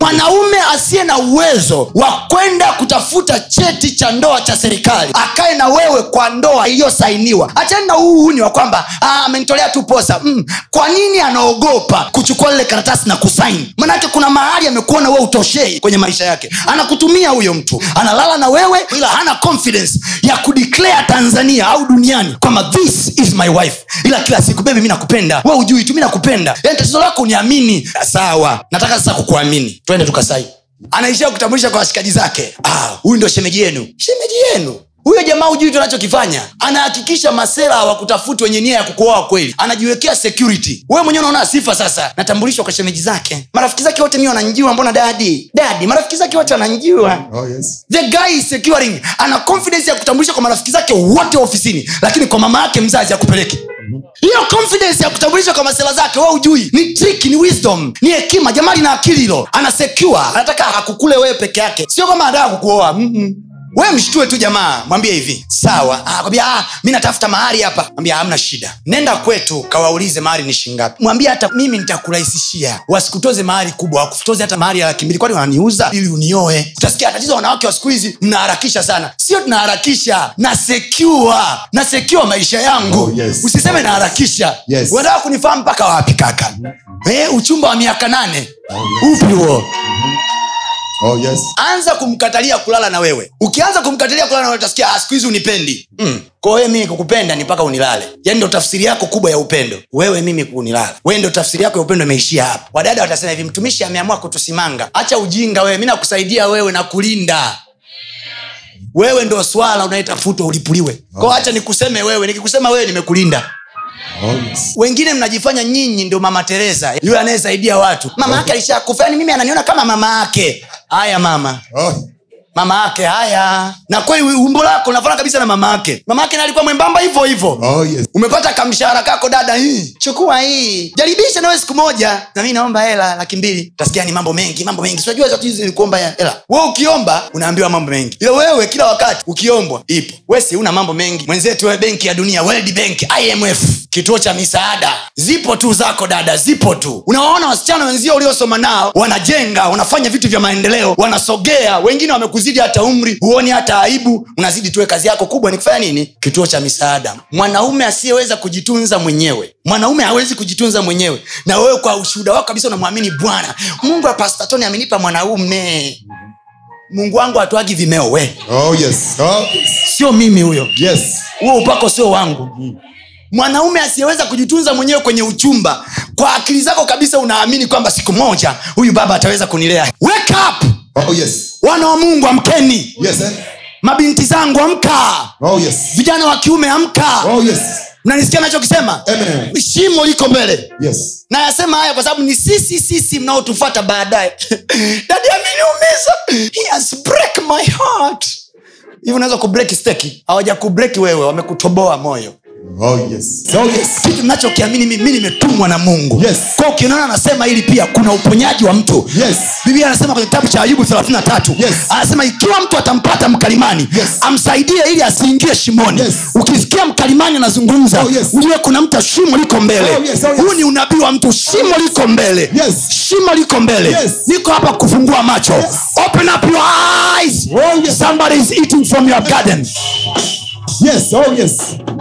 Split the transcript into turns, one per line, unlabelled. mwanaume asiye na uwezo wa kwenda kutafuta cheti cha ndoa cha serikali akae na wewe kwa ndoa iliyosainiwa achani na huu uhuni wa kwamba "Ah, amenitolea tu posa mm. kwa nini anaogopa kuchukua lile karatasi na kusaini manake kuna mahali amekuona wewe utoshei kwenye maisha yake anakutumia huyo mtu analala na wewe ila hana confidence ya kudeclare tanzania au duniani kwamba this is my wife ila kila siku bebi mi nakupenda we ujui tu mi nakupenda yani tatizo lako uniamini sawa nataka sasa kukuamini twende tukasai anaishia kutambulisha kwa washikaji zake "Ah, huyu ndo shemeji yenu shemeji yenu huyo jamaa hujui tunachokifanya anahakikisha masera hawakutafuti wenye nia ya kukuoa kweli anajiwekea security wewe mwenyewe unaona sifa sasa natambulishwa kwa shemeji zake marafiki zake wote mi wananjua mbona dadi dadi marafiki zake wote wananjua
Oh, yes.
the guy is securing ana confidence ya kutambulisha kwa marafiki zake wote wa ofisini lakini kwa mama yake mzazi akupeleke hiyo confidence ya kutambulisha kwa masela zake wa ujui ni trick ni wisdom ni hekima jamaa lina akili hilo ana secure anataka akukule wewe peke yake sio kama anataka kukuoa Mm-mm. we mshtue tu jamaa mwambie hivi sawa Ah, kwambia ah, mi natafuta mahari hapa mwambia hamna shida nenda kwetu kawaulize mahari ni shingapi mwambie hata mimi nitakurahisishia wasikutoze mahari kubwa wakutoze hata mahari ya laki mbili kwani wananiuza ili unioe utasikia tatizo wanawake wa siku hizi mnaharakisha sana sio tunaharakisha na secure na secure maisha yangu
Oh, yes.
usiseme naharakisha
Yes.
unataka kunifahamu mpaka wapi kaka eh, uchumba wa miaka nane upi huo
Oh, yes.
anza kumkatalia kulala na wewe ukianza kumkatalia kulala na wewe utasikia "Ah, siku hizi unipendi mm. kwa wewe mimi kukupenda ni mpaka unilale yani ndo tafsiri yako kubwa ya upendo wewe mimi kunilala wewe ndo tafsiri yako ya upendo imeishia hapa wadada watasema hivi mtumishi ameamua kutusimanga acha ujinga wewe mi nakusaidia wewe na kulinda wewe ndo swala unayetafutwa ulipuliwe kwao hacha nikuseme wewe nikikusema wewe nimekulinda
Oh, yes.
wengine mnajifanya nyinyi ndio mama teresa yule anayesaidia watu mama yake alishakufa yani mimi ananiona kama mama yake haya mama
Oh,
mama yake haya na kweli umbo lako unafanana kabisa na mama yake mama yake naye alikuwa mwembamba hivyo hivyo
oh, yes.
umepata kamshahara kako dada hii chukua hii jaribisha nawe siku moja na mi naomba hela laki mbili tasikia ni mambo mengi mambo mengi sinajua tatizo nilikuomba ya- hela we ukiomba unaambiwa mambo mengi ila wewe kila wakati ukiombwa ipo we si una mambo mengi mwenzetu we benki ya dunia world bank imf kituo cha misaada zipo tu zako dada zipo tu unawaona wasichana wenzio uliosoma nao wanajenga wanafanya vitu vya maendeleo wanasogea wengine wamekuzidi hata umri huoni hata aibu unazidi tuwe kazi yako kubwa ni kufanya nini kituo cha misaada mwanaume asiyeweza kujitunza mwenyewe mwanaume hawezi kujitunza mwenyewe na wewe kwa ushuhuda wako kabisa unamwamini bwana mungu wa pastatoni amenipa mwanaume mungu wangu atuagi vimeo we
Oh, yes. Oh, yes.
sio mimi huyo
Yes.
huo upako sio wangu mwanaume asiyeweza kujitunza mwenyewe kwenye uchumba kwa akili zako kabisa unaamini kwamba siku moja huyu baba ataweza kunilea wake up
Oh, yes.
wana wa mungu amkeni
Yes, eh?
mabinti zangu amka
Oh, yes.
vijana wa kiume amka
Oh, yes.
mnanisikia nachokisema
Amen.
shimo liko mbele
Yes.
nayasema haya kwa sababu ni sisi sisi mnaotufata baadaye dadi ameniumiza He has break my heart hivi unaweza kubreki steki hawaja kubreki wewe wamekutoboa moyo
Oh, yes. Oh, yes.
kitu nachokiamini mimi mi nimetumwa na mungu
Yes.
kwa ukiona anasema hili pia kuna uponyaji wa mtu
Yes.
biblia anasema kwenye kitabu cha ayubu 33
Yes.
anasema ikiwa mtu atampata mkalimani
Yes.
amsaidie ili asiingie shimoni
Yes.
ukisikia mkalimani anazungumza
Oh, yes.
ujue kuna mtu shimo liko mbele
Oh, yes, oh, yes.
huu ni unabii wa mtu shimo liko mbele
Yes.
shimo liko mbele
Yes.
niko hapa kufungua macho
Yes.
open up your eyes
Oh, yes.
somebody is eating from your garden
Yes. Oh, yes.